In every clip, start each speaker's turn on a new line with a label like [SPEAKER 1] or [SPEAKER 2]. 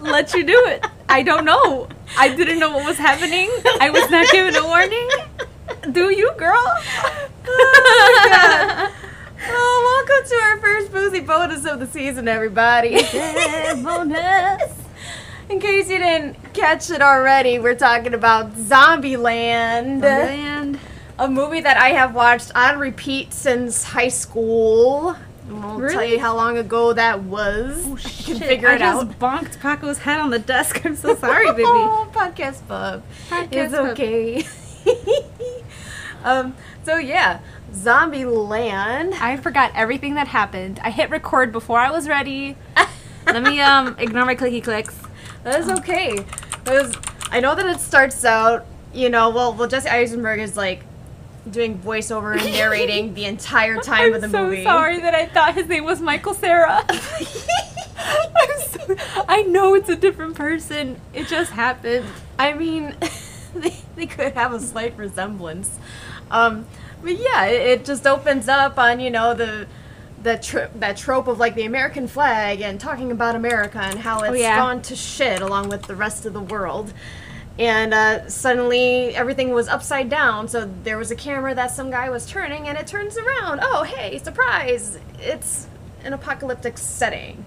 [SPEAKER 1] let you do it. I don't know. I didn't know what was happening. I was not given a warning. Do you, girl?
[SPEAKER 2] Oh, oh, welcome to our first boozy bonus of the season, everybody.
[SPEAKER 1] bonus.
[SPEAKER 2] In case you didn't catch it already, we're talking about Zombieland,
[SPEAKER 1] Land.
[SPEAKER 2] a movie that I have watched on repeat since high school. I won't tell
[SPEAKER 1] Really?
[SPEAKER 2] you how long ago that was.
[SPEAKER 1] Oh,
[SPEAKER 2] I
[SPEAKER 1] shit.
[SPEAKER 2] can figure it
[SPEAKER 1] I
[SPEAKER 2] out.
[SPEAKER 1] just bonked Paco's head on the desk. I'm so sorry, baby.
[SPEAKER 2] Oh, podcast pub.
[SPEAKER 1] Podcast
[SPEAKER 2] it's
[SPEAKER 1] pub.
[SPEAKER 2] okay. um, so yeah, Zombie Land.
[SPEAKER 1] I forgot everything that happened. I hit record before I was ready. Let me um ignore my clicky clicks.
[SPEAKER 2] That is okay. Because I know that it starts out, you know, well, well, Jesse Eisenberg is like doing voiceover and narrating the entire time
[SPEAKER 1] I'm
[SPEAKER 2] of the
[SPEAKER 1] so
[SPEAKER 2] movie.
[SPEAKER 1] sorry that I thought his name was Michael Sarah. I'm so, I know it's a different person. It just happened.
[SPEAKER 2] I mean, they, they could have a slight resemblance. Um, but yeah, it, it just opens up on you know the the tr- that trope of like the American flag and talking about America and how it's
[SPEAKER 1] yeah.
[SPEAKER 2] gone to shit along with the rest of the world. And uh, suddenly everything was upside down. So there was a camera that some guy was turning, and it turns around. Oh, hey, surprise! It's an apocalyptic setting.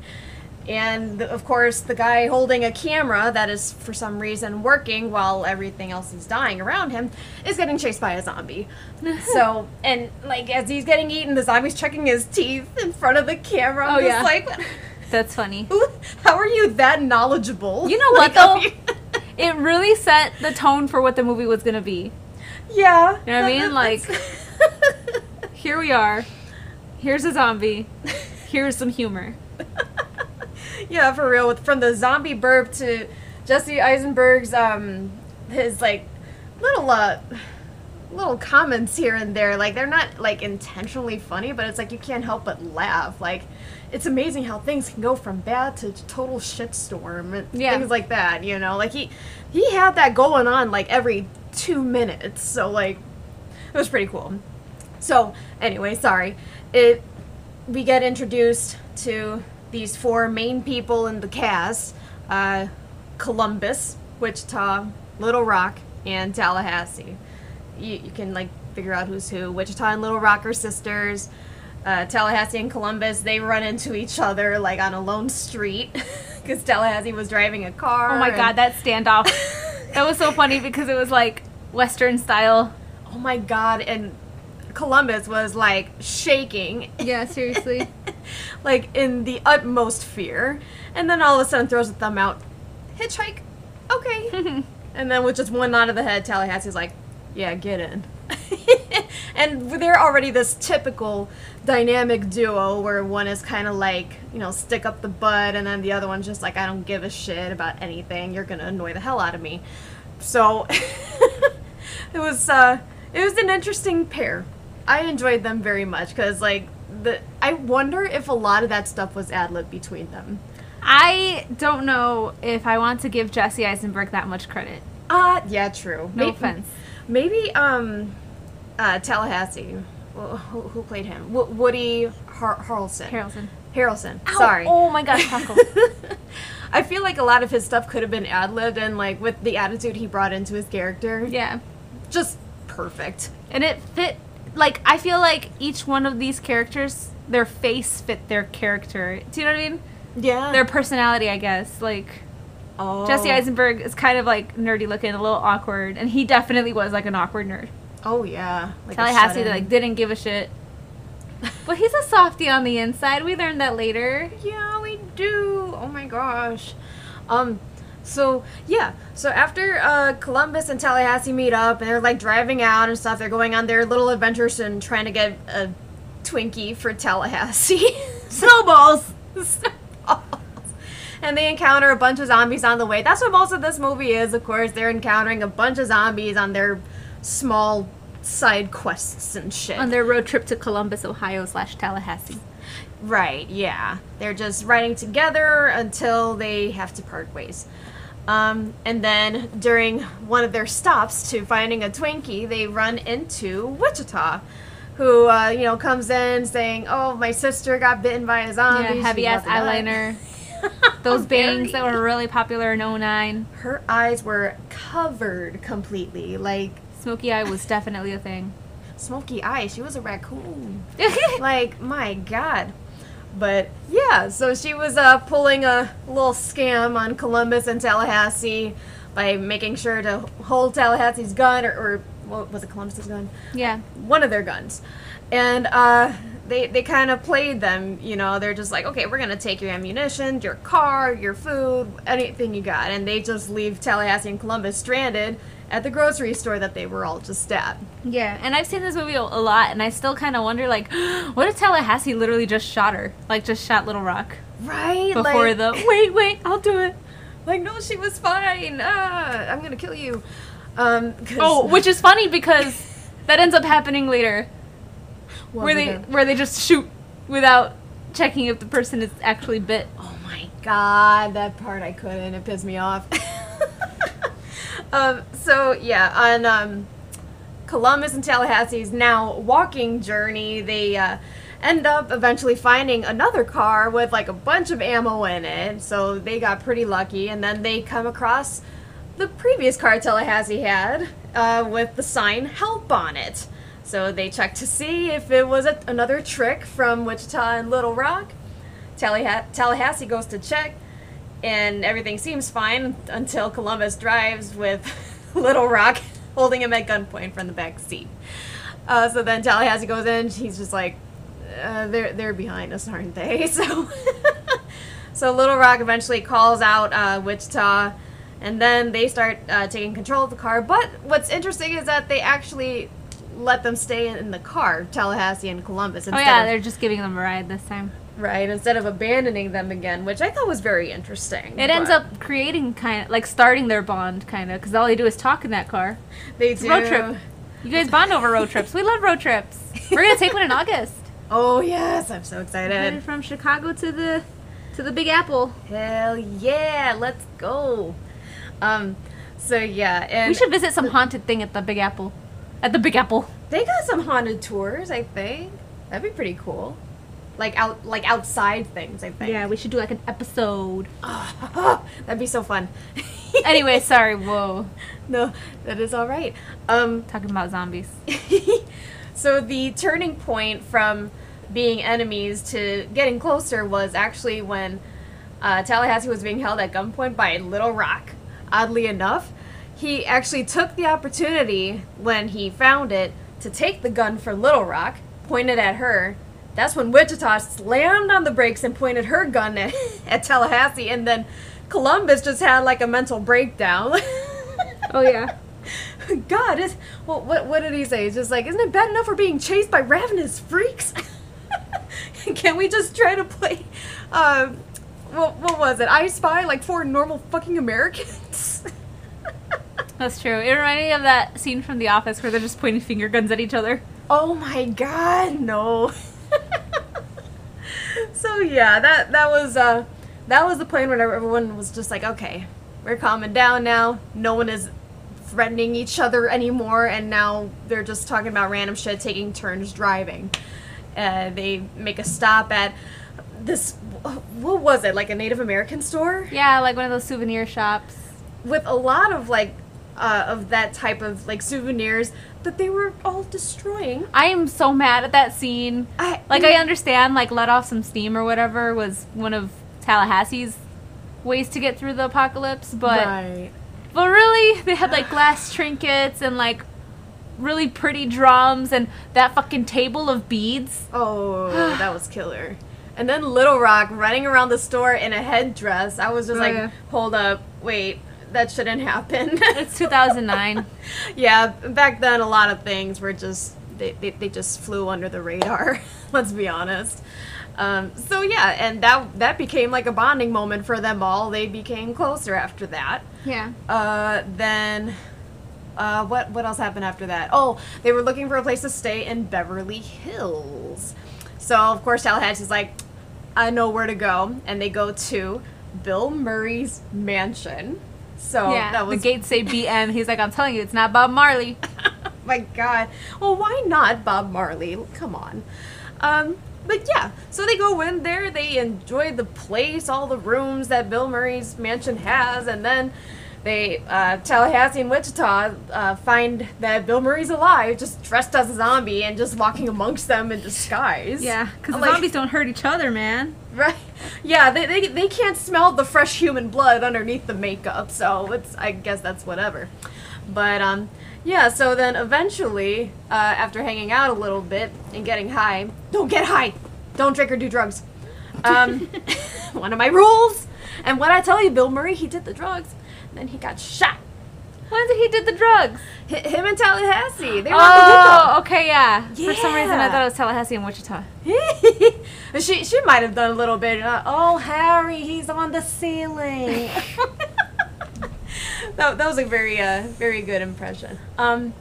[SPEAKER 2] And of course, the guy holding a camera that is for some reason working while everything else is dying around him is getting chased by a zombie. so, and like as he's getting eaten, the zombie's checking his teeth in front of the camera. I'm
[SPEAKER 1] Oh,
[SPEAKER 2] just
[SPEAKER 1] yeah.
[SPEAKER 2] like,
[SPEAKER 1] That's funny.
[SPEAKER 2] "Who- how are you that knowledgeable?
[SPEAKER 1] You know
[SPEAKER 2] Like,
[SPEAKER 1] what, though? It really set the tone for what the movie was gonna be.
[SPEAKER 2] yeah.
[SPEAKER 1] You know what I mean? Like-
[SPEAKER 2] Like,
[SPEAKER 1] Here we are. Here's a zombie. Here's some humor.
[SPEAKER 2] yeah, for real. With from the zombie burp to Jesse Eisenberg's um his like little uh little comments here and there. Like they're not like intentionally funny, but it's like you can't help but laugh. Like it's amazing how things can go from bad to total shitstorm and
[SPEAKER 1] Yeah.
[SPEAKER 2] things like that. You know, like he he had that going on like every two minutes. So like it was pretty cool. So anyway, sorry. It we get introduced to these four main people in the cast: uh, Columbus, Wichita, Little Rock, and Tallahassee. You, you can like figure out who's who. Wichita and Little Rock are sisters. Uh, Tallahassee and Columbus they run into each other like on a lone street because Tallahassee was driving a car.
[SPEAKER 1] Oh my
[SPEAKER 2] and-
[SPEAKER 1] god, that standoff. that was so funny because it was like Western style.
[SPEAKER 2] oh my god! And Columbus was like shaking
[SPEAKER 1] Yeah, seriously.
[SPEAKER 2] like in the utmost fear, and then all of a sudden throws a thumb out, hitchhike, okay. and then with just one nod of the head, Tallahassee's like, yeah, get in. and they're already this typical dynamic duo where one is kind of like, you know, stick up the butt, and then the other one's just like, I don't give a shit about anything. You're gonna annoy the hell out of me. So it was uh, it was an interesting pair. I enjoyed them very much because like the I wonder if a lot of that stuff was ad lib between them.
[SPEAKER 1] I don't know if I want to give Jesse Eisenberg that much credit.
[SPEAKER 2] Uh yeah, true.
[SPEAKER 1] No
[SPEAKER 2] May-
[SPEAKER 1] offense.
[SPEAKER 2] Maybe um, uh, Tallahassee. Wh- Who, who played him? Wo- Woody Har- Harrelson.
[SPEAKER 1] Harrelson.
[SPEAKER 2] Harrelson.
[SPEAKER 1] Ow!
[SPEAKER 2] Sorry.
[SPEAKER 1] Oh my gosh, Paco.
[SPEAKER 2] I feel like a lot of his stuff could have been ad libbed and like with the attitude he brought into his character,
[SPEAKER 1] yeah.
[SPEAKER 2] just perfect.
[SPEAKER 1] And it fit like I feel like each one of these characters their face fit their character. Do you know what I mean?
[SPEAKER 2] Yeah.
[SPEAKER 1] Their personality, I guess. Like
[SPEAKER 2] oh.
[SPEAKER 1] Jesse Eisenberg is kind of like nerdy looking, a little awkward, and he definitely was like an awkward nerd.
[SPEAKER 2] Oh yeah. Like a
[SPEAKER 1] Tallahassee
[SPEAKER 2] shut-in.
[SPEAKER 1] that like didn't give a shit. But he's a softie on the inside. We learned that later.
[SPEAKER 2] Yeah, we do. Oh my gosh. Um so yeah, so after uh, Columbus and Tallahassee meet up and they're like driving out and stuff, they're going on their little adventures and trying to get a Twinkie for Tallahassee.
[SPEAKER 1] Snowballs.
[SPEAKER 2] and they encounter a bunch of zombies on the way. That's what most of this movie is, of course. They're encountering a bunch of zombies on their small side quests and shit.
[SPEAKER 1] On their road trip to Columbus, Ohio slash Tallahassee.
[SPEAKER 2] Right, yeah. They're just riding together until they have to part ways. Um, and then during one of their stops to finding a Twinkie, they run into Wichita, who, uh, you know, comes in saying, Oh, my sister got bitten by a zombie.
[SPEAKER 1] Yeah,
[SPEAKER 2] She
[SPEAKER 1] heavy ass
[SPEAKER 2] about to die."
[SPEAKER 1] eyeliner. Those
[SPEAKER 2] Very.
[SPEAKER 1] bangs that were really popular in 09.
[SPEAKER 2] Her eyes were covered completely, like
[SPEAKER 1] Smoky eye was definitely a thing.
[SPEAKER 2] smoky eyes. She was a raccoon. like my god but yeah so she was uh, pulling a little scam on columbus and tallahassee by making sure to hold tallahassee's gun or, or what was it columbus's gun
[SPEAKER 1] yeah.
[SPEAKER 2] one of their guns and uh, they, they kind of played them you know they're just like okay we're gonna take your ammunition your car your food anything you got and they just leave tallahassee and columbus stranded at the grocery store that they were all just at
[SPEAKER 1] Yeah. And I've seen this movie a, a lot, and I still kind of wonder, like, what if Tallahassee literally just shot her? Like, just shot Little Rock
[SPEAKER 2] right
[SPEAKER 1] before
[SPEAKER 2] like-
[SPEAKER 1] the, wait, wait, I'll do it.
[SPEAKER 2] Like, no, she was fine. Ah, I'm gonna kill you. Um, 'cause-
[SPEAKER 1] Oh, which is funny because that ends up happening later,
[SPEAKER 2] What
[SPEAKER 1] where
[SPEAKER 2] were
[SPEAKER 1] they
[SPEAKER 2] the-
[SPEAKER 1] where they just shoot without checking if the person is actually bit.
[SPEAKER 2] Oh my god, that part I couldn't. It pissed me off. um, so yeah, on um, Columbus and Tallahassee's now walking journey, they uh, end up eventually finding another car with like a bunch of ammo in it. So they got pretty lucky, and then they come across the previous car Tallahassee had uh, with the sign "Help" on it. So they checked to see if it was a- another trick from Wichita and Little Rock. Tallaha- Tallahassee goes to check, and everything seems fine until Columbus drives with Little Rock holding him at gunpoint from the back seat. Uh, so then Tallahassee goes in. He's just like, uh, "They're they're behind us, aren't they?" So, so Little Rock eventually calls out uh, Wichita, and then they start uh, taking control of the car. But what's interesting is that they actually let them stay in the car, Tallahassee and Columbus.
[SPEAKER 1] Oh
[SPEAKER 2] Instead
[SPEAKER 1] yeah,
[SPEAKER 2] of-
[SPEAKER 1] they're just giving them a ride this time.
[SPEAKER 2] Right, instead of abandoning them again, which I thought was very interesting.
[SPEAKER 1] It ends
[SPEAKER 2] but
[SPEAKER 1] up creating kind of like starting their bond, kind of, because all they do is talk in that car.
[SPEAKER 2] they do.
[SPEAKER 1] road trip. You guys bond over road trips. We love road trips. We're gonna take one in August.
[SPEAKER 2] Oh yes, I'm so
[SPEAKER 1] Headed
[SPEAKER 2] excited.
[SPEAKER 1] from Chicago to the to the Big Apple.
[SPEAKER 2] Mm-hmm. Hell yeah, let's go. Um so yeah, and
[SPEAKER 1] We should visit some haunted thing at the Big Apple. At the Big Apple.
[SPEAKER 2] they got some haunted tours, I think. That'd be pretty cool. Like out like outside things, I think.
[SPEAKER 1] Yeah, we should do like an episode.
[SPEAKER 2] that'd be so fun.
[SPEAKER 1] anyway, sorry. Whoa,
[SPEAKER 2] no, that is all right. Um
[SPEAKER 1] talking about zombies.
[SPEAKER 2] so the turning point from being enemies to getting closer was actually when uh, Tallahassee was being held at gunpoint by Little Rock. Oddly enough, he actually took the opportunity when he found it to take the gun from Little Rock, point it at her. That's when Wichita slammed on the brakes and pointed her gun at, at Tallahassee, and then Columbus just had like a mental breakdown.
[SPEAKER 1] Oh yeah.
[SPEAKER 2] God, is well, what what did he say? He's just like, isn't it bad enough we're being chased by ravenous freaks? Can we just try to play? Um, what what was it? I spy like four normal fucking Americans.
[SPEAKER 1] That's true. It reminded me of that scene from The Office where they're just pointing finger guns at each other.
[SPEAKER 2] oh my God, no. so yeah, that that was uh, that was the point when everyone was just like, okay, we're calming down now. No one is threatening each other anymore, and now they're just talking about random shit, taking turns driving. Uh, they make a stop at this. What was it? Like a Native American store
[SPEAKER 1] Yeah, like one of those souvenir shops.
[SPEAKER 2] with a lot of like uh, of that type of like souvenirs that they were all destroying.
[SPEAKER 1] I am so mad at that scene.
[SPEAKER 2] I
[SPEAKER 1] Like I understand, like let off some steam or whatever was one of Tallahassee's ways to get through the apocalypse, but
[SPEAKER 2] Right.
[SPEAKER 1] but really they had like glass trinkets and like really pretty drums and that fucking table of beads.
[SPEAKER 2] Oh, that was killer. And then Little Rock running around the store in a headdress. I was just
[SPEAKER 1] Oh,
[SPEAKER 2] like,
[SPEAKER 1] yeah.
[SPEAKER 2] hold up, wait, that shouldn't happen.
[SPEAKER 1] It's 2009.
[SPEAKER 2] yeah, back then a lot of things were just, they, they, they just flew under the radar, let's be honest. Um, so yeah, and that, that became like a bonding moment for them all. They became closer after that.
[SPEAKER 1] yeah.
[SPEAKER 2] Uh, then, uh, what what else happened after that? Oh, they were looking for a place to stay in Beverly Hills. So of course Tallahassee's like, I know where to go, and they go to Bill Murray's mansion. So
[SPEAKER 1] yeah.
[SPEAKER 2] Oh, that was
[SPEAKER 1] The gates say BM. He's like, I'm telling you, it's not Bob Marley.
[SPEAKER 2] my god. Well, why not Bob Marley? Come on. Um, But yeah, so they go in there, they enjoy the place, all the rooms that Bill Murray's mansion has, and then they, uh, Tallahassee and Wichita, uh, find that Bill Murray's alive, just dressed as a zombie and just walking amongst them in disguise.
[SPEAKER 1] Yeah, because
[SPEAKER 2] I'm like-
[SPEAKER 1] zombies don't hurt each other, man.
[SPEAKER 2] Right? Yeah, they, they, they can't smell the fresh human blood underneath the makeup, so it's, I guess that's whatever. But, um, yeah, so then eventually, uh, after hanging out a little bit and getting high, don't get high! Don't drink or do drugs. Um, one of my rules! And what I tell you, Bill Murray, he did the drugs, and then he got shot.
[SPEAKER 1] When did he did the drugs?
[SPEAKER 2] Hi him and Tallahassee, they were
[SPEAKER 1] Oh, okay, yeah. For some reason, I
[SPEAKER 2] Yeah.
[SPEAKER 1] thought it was Tallahassee and Wichita.
[SPEAKER 2] at the window. she, she might have done a little bit. uh, oh, Harry, he's on the ceiling. that, that was a very uh, very good impression. Um,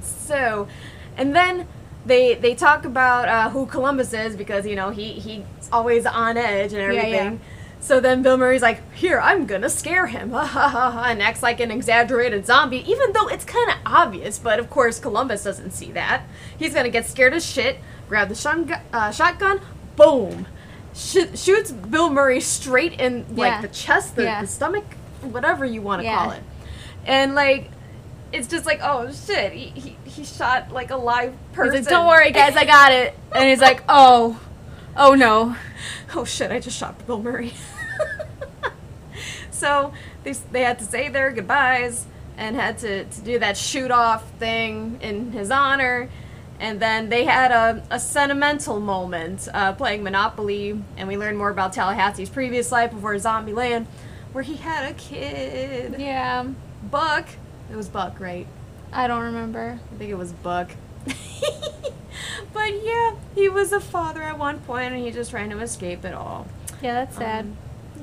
[SPEAKER 2] so, and then they they talk about uh, who Columbus is because you know he he's always on edge and
[SPEAKER 1] Yeah, yeah.
[SPEAKER 2] everything. So then Bill Murray's like, "Here, I'm gonna scare him," ha ha ha, ha," and acts like an exaggerated zombie, even though it's kind of obvious. But of course, Columbus doesn't see that. He's gonna get scared as shit. Grab the shun- uh, shotgun, boom, Sh- shoots Bill Murray straight in like
[SPEAKER 1] Yeah.
[SPEAKER 2] the chest, the,
[SPEAKER 1] Yeah.
[SPEAKER 2] the stomach, whatever you want to
[SPEAKER 1] Yeah.
[SPEAKER 2] call it. And like, it's just like, oh shit, he, he, he shot like a live person.
[SPEAKER 1] He's like, don't worry, guys, I got it. And he's like, oh, oh no.
[SPEAKER 2] oh shit, I just shot Bill Murray. so they, s- they had to say their goodbyes and had to, to do that shoot off thing in his honor. And then they had a, a sentimental moment uh, playing Monopoly, and we learned more about Tallahassee's previous life before Zombieland, where he had a kid.
[SPEAKER 1] Yeah,
[SPEAKER 2] Buck. It was Buck, right?
[SPEAKER 1] I don't remember.
[SPEAKER 2] I think it was Buck. but yeah, he was a father at one point, and he just trying to escape it all.
[SPEAKER 1] Yeah, that's sad.
[SPEAKER 2] Um,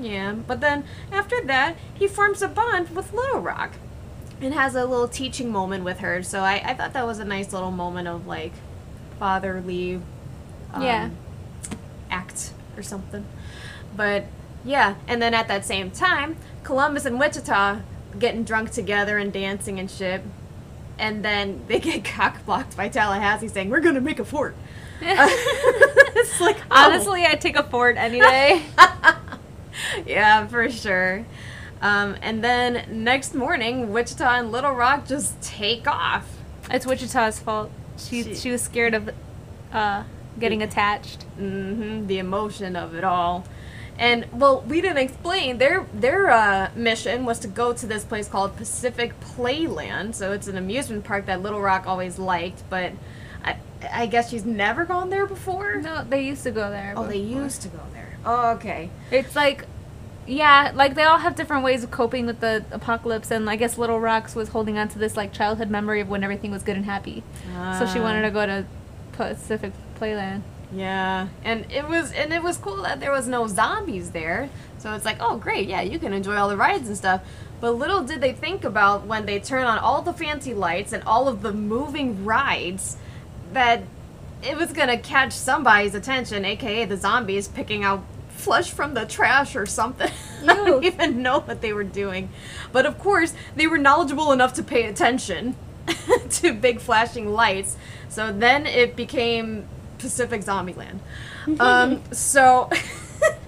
[SPEAKER 2] yeah, but then after that, he forms a bond with Little Rock and has a little teaching moment with her. So I, I thought that was a nice little moment of like fatherly um,
[SPEAKER 1] Yeah.
[SPEAKER 2] act or something. But yeah, and then at that same time, Columbus and Wichita getting drunk together and dancing and shit. And then they get cock blocked by Tallahassee saying, We're gonna make a fort. it's like, oh.
[SPEAKER 1] Um, Honestly, I take a Ford any day.
[SPEAKER 2] yeah, for sure. Um, and then next morning, Wichita and Little Rock just take off.
[SPEAKER 1] it's Wichita's fault. She
[SPEAKER 2] She-
[SPEAKER 1] she, was scared of uh, getting attached.
[SPEAKER 2] hmm the emotion of it all. And well, we didn't explain their their uh, mission was to go to this place called Pacific Playland. So it's an amusement park that Little Rock always liked, but I, I guess she's never gone there before.
[SPEAKER 1] No, they used to go there.
[SPEAKER 2] Oh,
[SPEAKER 1] but-
[SPEAKER 2] they used to go there. Oh, okay.
[SPEAKER 1] It's like, yeah, like they all have different ways of coping with the apocalypse, and I guess Little Rocks was holding on to this like childhood memory of when everything was good and happy. so she wanted to go to Pacific Playland.
[SPEAKER 2] Yeah, and it was and it was cool that there was no zombies there. So it's like, oh great, yeah, you can enjoy all the rides and stuff. But little did they think about when they turn on all the fancy lights and all of the moving rides that it was gonna catch somebody's attention, aka the zombies picking out flush from the trash or something. I don't
[SPEAKER 1] Ew.
[SPEAKER 2] even know what they were doing. But of course, they were knowledgeable enough to pay attention to big flashing lights. So then it became Pacific Zombieland. um, so,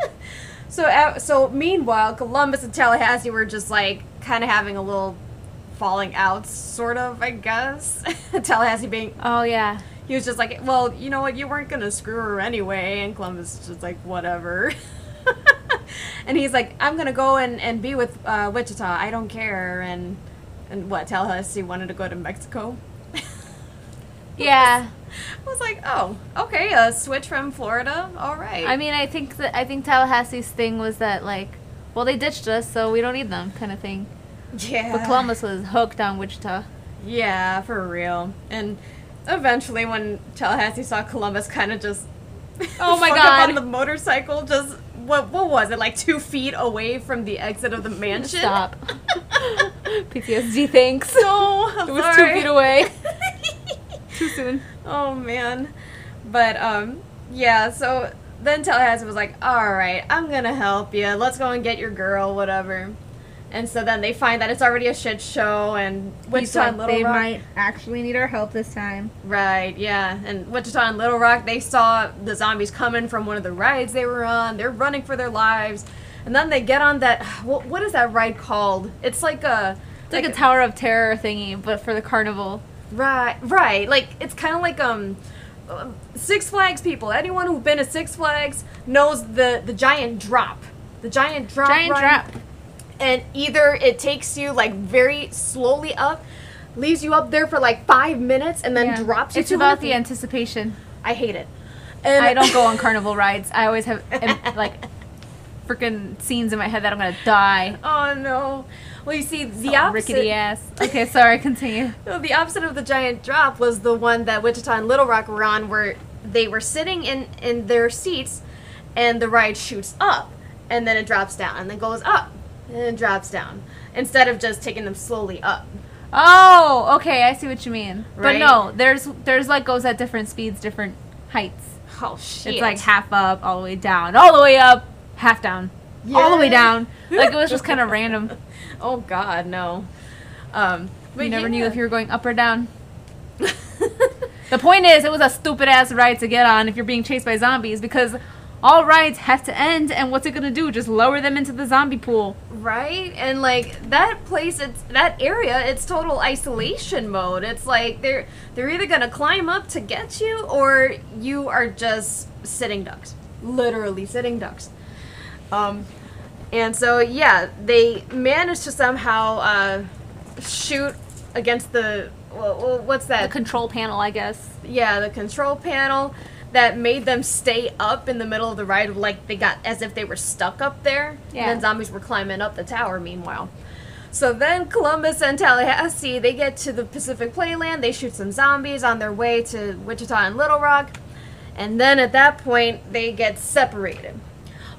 [SPEAKER 2] so, a- so meanwhile, Columbus and Tallahassee were just like kind of having a little falling out, sort of, I guess. Tallahassee being
[SPEAKER 1] Oh yeah,
[SPEAKER 2] he was just like, well, you know what, you weren't gonna screw her anyway, and Columbus is just like, whatever. and he's like, I'm gonna go and, and be with uh, Wichita. I don't care. And and what? Tallahassee wanted to go to Mexico.
[SPEAKER 1] yeah.
[SPEAKER 2] I was like, oh, okay, a switch from Florida. All right.
[SPEAKER 1] I mean, I think that I think Tallahassee's thing was that like, well, they ditched us, so we don't need them, kind of thing.
[SPEAKER 2] yeah.
[SPEAKER 1] But Columbus was hooked on Wichita.
[SPEAKER 2] Yeah, for real. And eventually, when Tallahassee saw Columbus, kind of just
[SPEAKER 1] Oh my
[SPEAKER 2] fuck up
[SPEAKER 1] God.
[SPEAKER 2] on the motorcycle, just what what was it like two feet away from the exit of the mansion?
[SPEAKER 1] Stop. PTSD. Thanks.
[SPEAKER 2] No, I'm
[SPEAKER 1] It was
[SPEAKER 2] sorry.
[SPEAKER 1] two feet away. Too soon.
[SPEAKER 2] oh man, but um, yeah. So then Tallahassee was like, "All right, I'm gonna help you. Let's go and get your girl, whatever." And so then they find that it's already a shit show, and
[SPEAKER 1] He's
[SPEAKER 2] Wichita
[SPEAKER 1] like,
[SPEAKER 2] and Little
[SPEAKER 1] they
[SPEAKER 2] Rock.
[SPEAKER 1] might actually need our help this time.
[SPEAKER 2] Right, yeah. And Wichita and Little Rock, they saw the zombies coming from one of the rides they were on. They're running for their lives. And then they get on that. What, what is that ride called? It's like a.
[SPEAKER 1] It's like, a Tower of Terror thingy, but for the carnival.
[SPEAKER 2] Right, right. Like it's kind of like um, uh, Six Flags people. Anyone who's been to Six Flags knows the the giant drop, the giant drop,
[SPEAKER 1] Giant
[SPEAKER 2] ride.
[SPEAKER 1] drop.
[SPEAKER 2] And either it takes you like very slowly up, leaves you up there for like five minutes, and then
[SPEAKER 1] Yeah.
[SPEAKER 2] drops you.
[SPEAKER 1] It's about the
[SPEAKER 2] 200
[SPEAKER 1] anticipation.
[SPEAKER 2] I hate it. And
[SPEAKER 1] I don't go on carnival rides. I always have em- like freaking scenes in my head that I'm gonna die.
[SPEAKER 2] oh no. Well, you see, the
[SPEAKER 1] Oh,
[SPEAKER 2] opposite.
[SPEAKER 1] rickety ass. Okay, sorry. Continue.
[SPEAKER 2] No, the opposite of the giant drop was the one that Wichita and Little Rock were on, where they were sitting in in their seats, and the ride shoots up, and then it drops down, and then goes up, and then drops down, instead of just taking them slowly up.
[SPEAKER 1] Oh, okay. I see what you mean. But
[SPEAKER 2] Right?
[SPEAKER 1] no, there's there's like goes at different speeds, different heights.
[SPEAKER 2] Oh shit!
[SPEAKER 1] It's like half up, all the way down, all the way up, half down, all the way
[SPEAKER 2] Yeah.
[SPEAKER 1] down. Like it was just kind of random.
[SPEAKER 2] oh god, no. Um,
[SPEAKER 1] You never
[SPEAKER 2] yeah.
[SPEAKER 1] knew if you were going up or down. The point is, it was a stupid ass ride to get on if you're being chased by zombies because all rides have to end, and what's it gonna do? Just lower them into the zombie pool.
[SPEAKER 2] Right? And like that place it's that area, it's total isolation mode. It's like they're they're either gonna climb up to get you or you are just sitting ducks. Literally sitting ducks. Um and so yeah, they managed to somehow uh shoot against the wha- wha- what's
[SPEAKER 1] The
[SPEAKER 2] that?
[SPEAKER 1] control panel, I guess.
[SPEAKER 2] yeah, the control panel that made them stay up in the middle of the ride, like they got as if they were stuck up there.
[SPEAKER 1] Yeah.
[SPEAKER 2] And then zombies were climbing up the tower meanwhile. So then Columbus and Tallahassee, they get to the Pacific Playland, they shoot some zombies on their way to Wichita and Little Rock, and then at that point they get separated.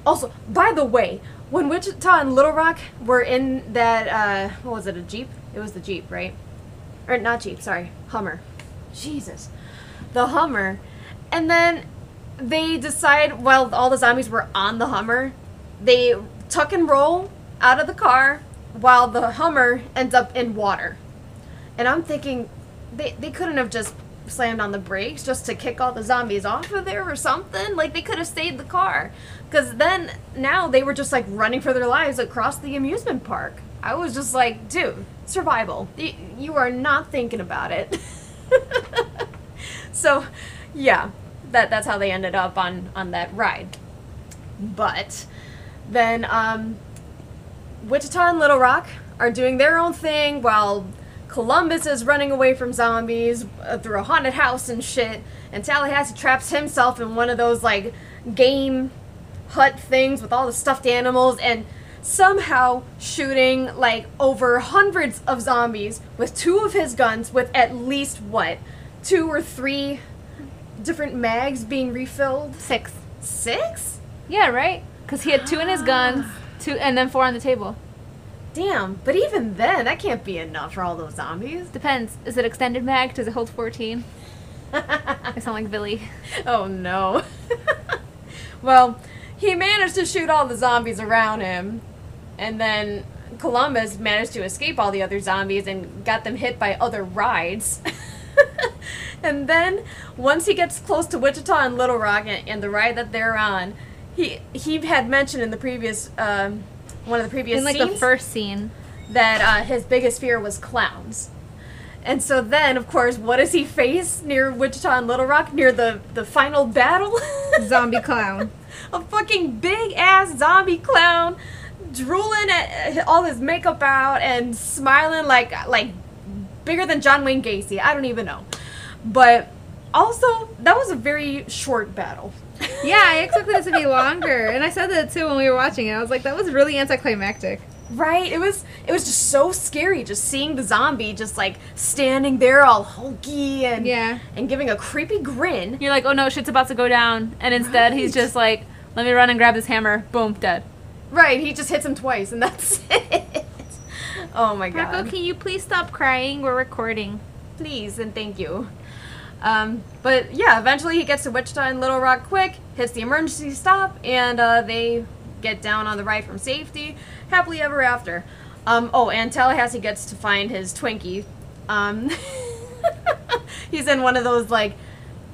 [SPEAKER 2] Also, by the way, when Wichita and Little Rock were in that uh what was it, a Jeep? It was the Jeep, right? Or not Jeep, sorry, Hummer. Jesus the Hummer, and then they decide while all the zombies were on the Hummer, they tuck and roll out of the car while the Hummer ends up in water. And I'm thinking they they couldn't have just slammed on the brakes just to kick all the zombies off of there or something. Like they could have stayed the car cuz then now they were just like running for their lives across the amusement park. I was just like, dude, survival. You, you are not thinking about it. so yeah that that's how they ended up on on that ride but then um wichita and little rock are doing their own thing while columbus is running away from zombies uh, through a haunted house and shit and tallahassee traps himself in one of those like game hut things with all the stuffed animals and somehow shooting like over hundreds of zombies with two of his guns with at least what two or three different mags being refilled
[SPEAKER 1] Six.
[SPEAKER 2] six
[SPEAKER 1] Yeah, right. Because he had two in his guns, two, and then four on the table.
[SPEAKER 2] damn but even then that can't be enough for all those zombies
[SPEAKER 1] Depends. Is it extended mag? Does it hold fourteen? I sound like Billy.
[SPEAKER 2] oh no well he managed to shoot all the zombies around him and then columbus managed to escape all the other zombies and got them hit by other rides and then once he gets close to wichita and little rock and, and the ride that they're on he he had mentioned in the previous um, one of the previous
[SPEAKER 1] In like the
[SPEAKER 2] scenes-
[SPEAKER 1] first scene.
[SPEAKER 2] that uh, his biggest fear was clowns. And so then, of course, what does he face near Wichita and Little Rock near the, the final battle?
[SPEAKER 1] Zombie clown.
[SPEAKER 2] A fucking big ass zombie clown drooling at uh, all his makeup out and smiling like like bigger than John Wayne Gacy. I don't even know. But also, that was a very short battle.
[SPEAKER 1] Yeah, I expected it to be longer, and I said that too when we were watching it. I was like, that was really anticlimactic.
[SPEAKER 2] Right? It was it was just so scary just seeing the zombie just like standing there all hulky and
[SPEAKER 1] Yeah.
[SPEAKER 2] and giving a creepy grin.
[SPEAKER 1] You're like, oh no, shit's about to go down, and instead he's
[SPEAKER 2] Right.
[SPEAKER 1] just like, let me run and grab this hammer. Boom, dead.
[SPEAKER 2] Right, he just hits him twice and that's it. Oh my god.
[SPEAKER 1] Marco, can you please stop crying? We're recording.
[SPEAKER 2] Please and thank you. Um, but yeah, eventually he gets to Wichita and Little Rock quick, hits the emergency stop, and uh, they get down on the ride from safety, happily ever after. Um, oh, and Tallahassee gets to find his Twinkie. Um, he's in one of those like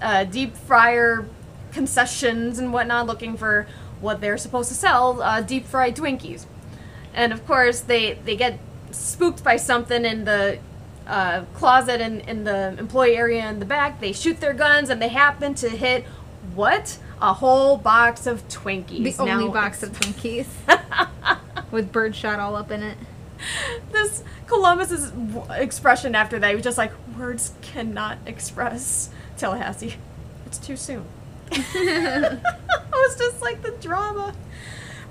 [SPEAKER 2] uh, deep fryer concessions and whatnot, looking for what they're supposed to sell: uh, deep fried Twinkies. And of course, they they get spooked by something in the uh, closet in, in the employee area in the back. They shoot their guns, and they happen to hit what? A whole box of Twinkies.
[SPEAKER 1] The only
[SPEAKER 2] Now,
[SPEAKER 1] box of Twinkies with birdshot all up in it.
[SPEAKER 2] this Columbus's w- expression after that, he was just like, words cannot express Tallahassee. It's too soon. it was just like the drama.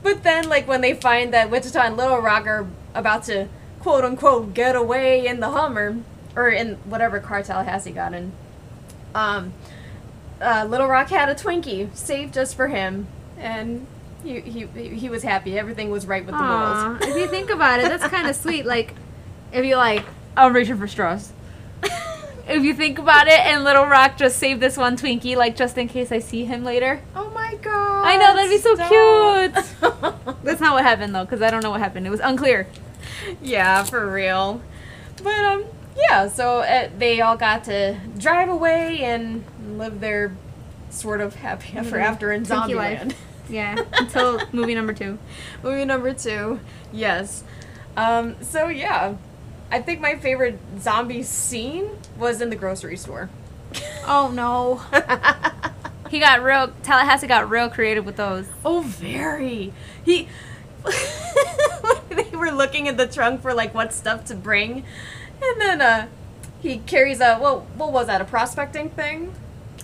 [SPEAKER 2] But then, like, when they find that Wichita and Little Rock are about to quote unquote get away in the Hummer, or in whatever car Tallahassee got in, um, uh, Little Rock had a Twinkie saved just for him, and he, he, he was happy. Everything was right with the
[SPEAKER 1] Aw,
[SPEAKER 2] world.
[SPEAKER 1] if you think about it, that's kind of sweet. Like, if you like, I'm reaching for straws. If you think about it, and Little Rock just saved this one Twinkie, like just in case I see him later.
[SPEAKER 2] Oh my god!
[SPEAKER 1] I know, that'd be so
[SPEAKER 2] so
[SPEAKER 1] That's not what happened though, because I don't know what happened. It was unclear.
[SPEAKER 2] cute. yeah, for real. But um, yeah. So uh, they all got to drive away and live their sort of happy ever
[SPEAKER 1] Mhm.
[SPEAKER 2] after in
[SPEAKER 1] Twinkie life.
[SPEAKER 2] Zombieland.
[SPEAKER 1] Yeah, until movie number two.
[SPEAKER 2] Movie number two. Yes. Um. So yeah, I think my favorite zombie scene was in the grocery store.
[SPEAKER 1] Oh no. He got real. Tallahassee got real creative with those.
[SPEAKER 2] Oh, very. He. they were looking at the trunk for like what stuff to bring, and then uh, he carries a what? What was that? A prospecting thing?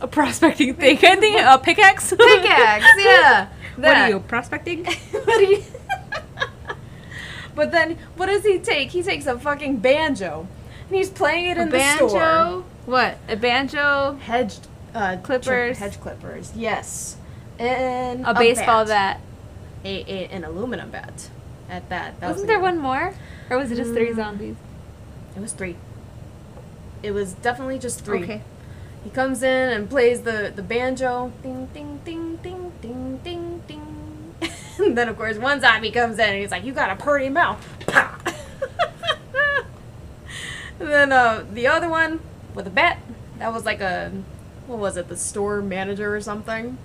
[SPEAKER 1] A prospecting thing. I think a pickaxe.
[SPEAKER 2] Pickaxe. yeah.
[SPEAKER 1] What are
[SPEAKER 2] That.
[SPEAKER 1] you prospecting?
[SPEAKER 2] what do you? but then, what does he take? He takes a fucking banjo, and he's playing it in the store.
[SPEAKER 1] What? A banjo.
[SPEAKER 2] Hedge uh,
[SPEAKER 1] Clippers.
[SPEAKER 2] Hedge clippers. Yes. And
[SPEAKER 1] A, baseball
[SPEAKER 2] bat.
[SPEAKER 1] bat.
[SPEAKER 2] A, a, an aluminum bat. At that. that was
[SPEAKER 1] Wasn't
[SPEAKER 2] the
[SPEAKER 1] there
[SPEAKER 2] one.
[SPEAKER 1] one more? Or was it just three
[SPEAKER 2] Mm.
[SPEAKER 1] zombies?
[SPEAKER 2] It was three. It was definitely just three.
[SPEAKER 1] Okay.
[SPEAKER 2] He comes in and plays the, the banjo. Ding, ding, ding, ding, ding, ding, ding. and then, of course, one zombie comes in and he's like, You got a pretty mouth. Pow! and then uh, the other one with a bat. That was like a, what was it, the store manager or something?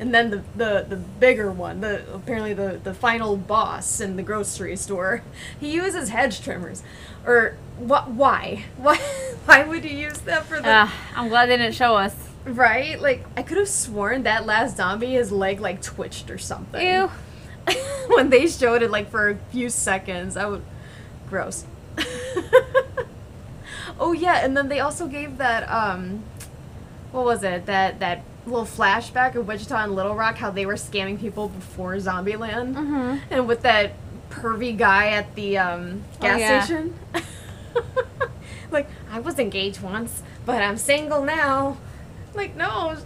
[SPEAKER 2] And then the, the, the bigger one, the apparently the, the final boss in the grocery store, he uses hedge trimmers. Or wh- why? Why why would you use that for the
[SPEAKER 1] Ah, I'm glad they didn't show us.
[SPEAKER 2] right? Like I could have sworn that last zombie his leg like twitched or something.
[SPEAKER 1] Ew.
[SPEAKER 2] when they showed it like for a few seconds, I would gross. oh yeah, and then they also gave that um what was it? That that little flashback of Wichita and Little Rock how they were scamming people before Zombieland
[SPEAKER 1] Mm-hmm.
[SPEAKER 2] and with that pervy guy at the um,
[SPEAKER 1] Oh,
[SPEAKER 2] gas
[SPEAKER 1] yeah.
[SPEAKER 2] station. like I was engaged once, but I'm single now. Like no,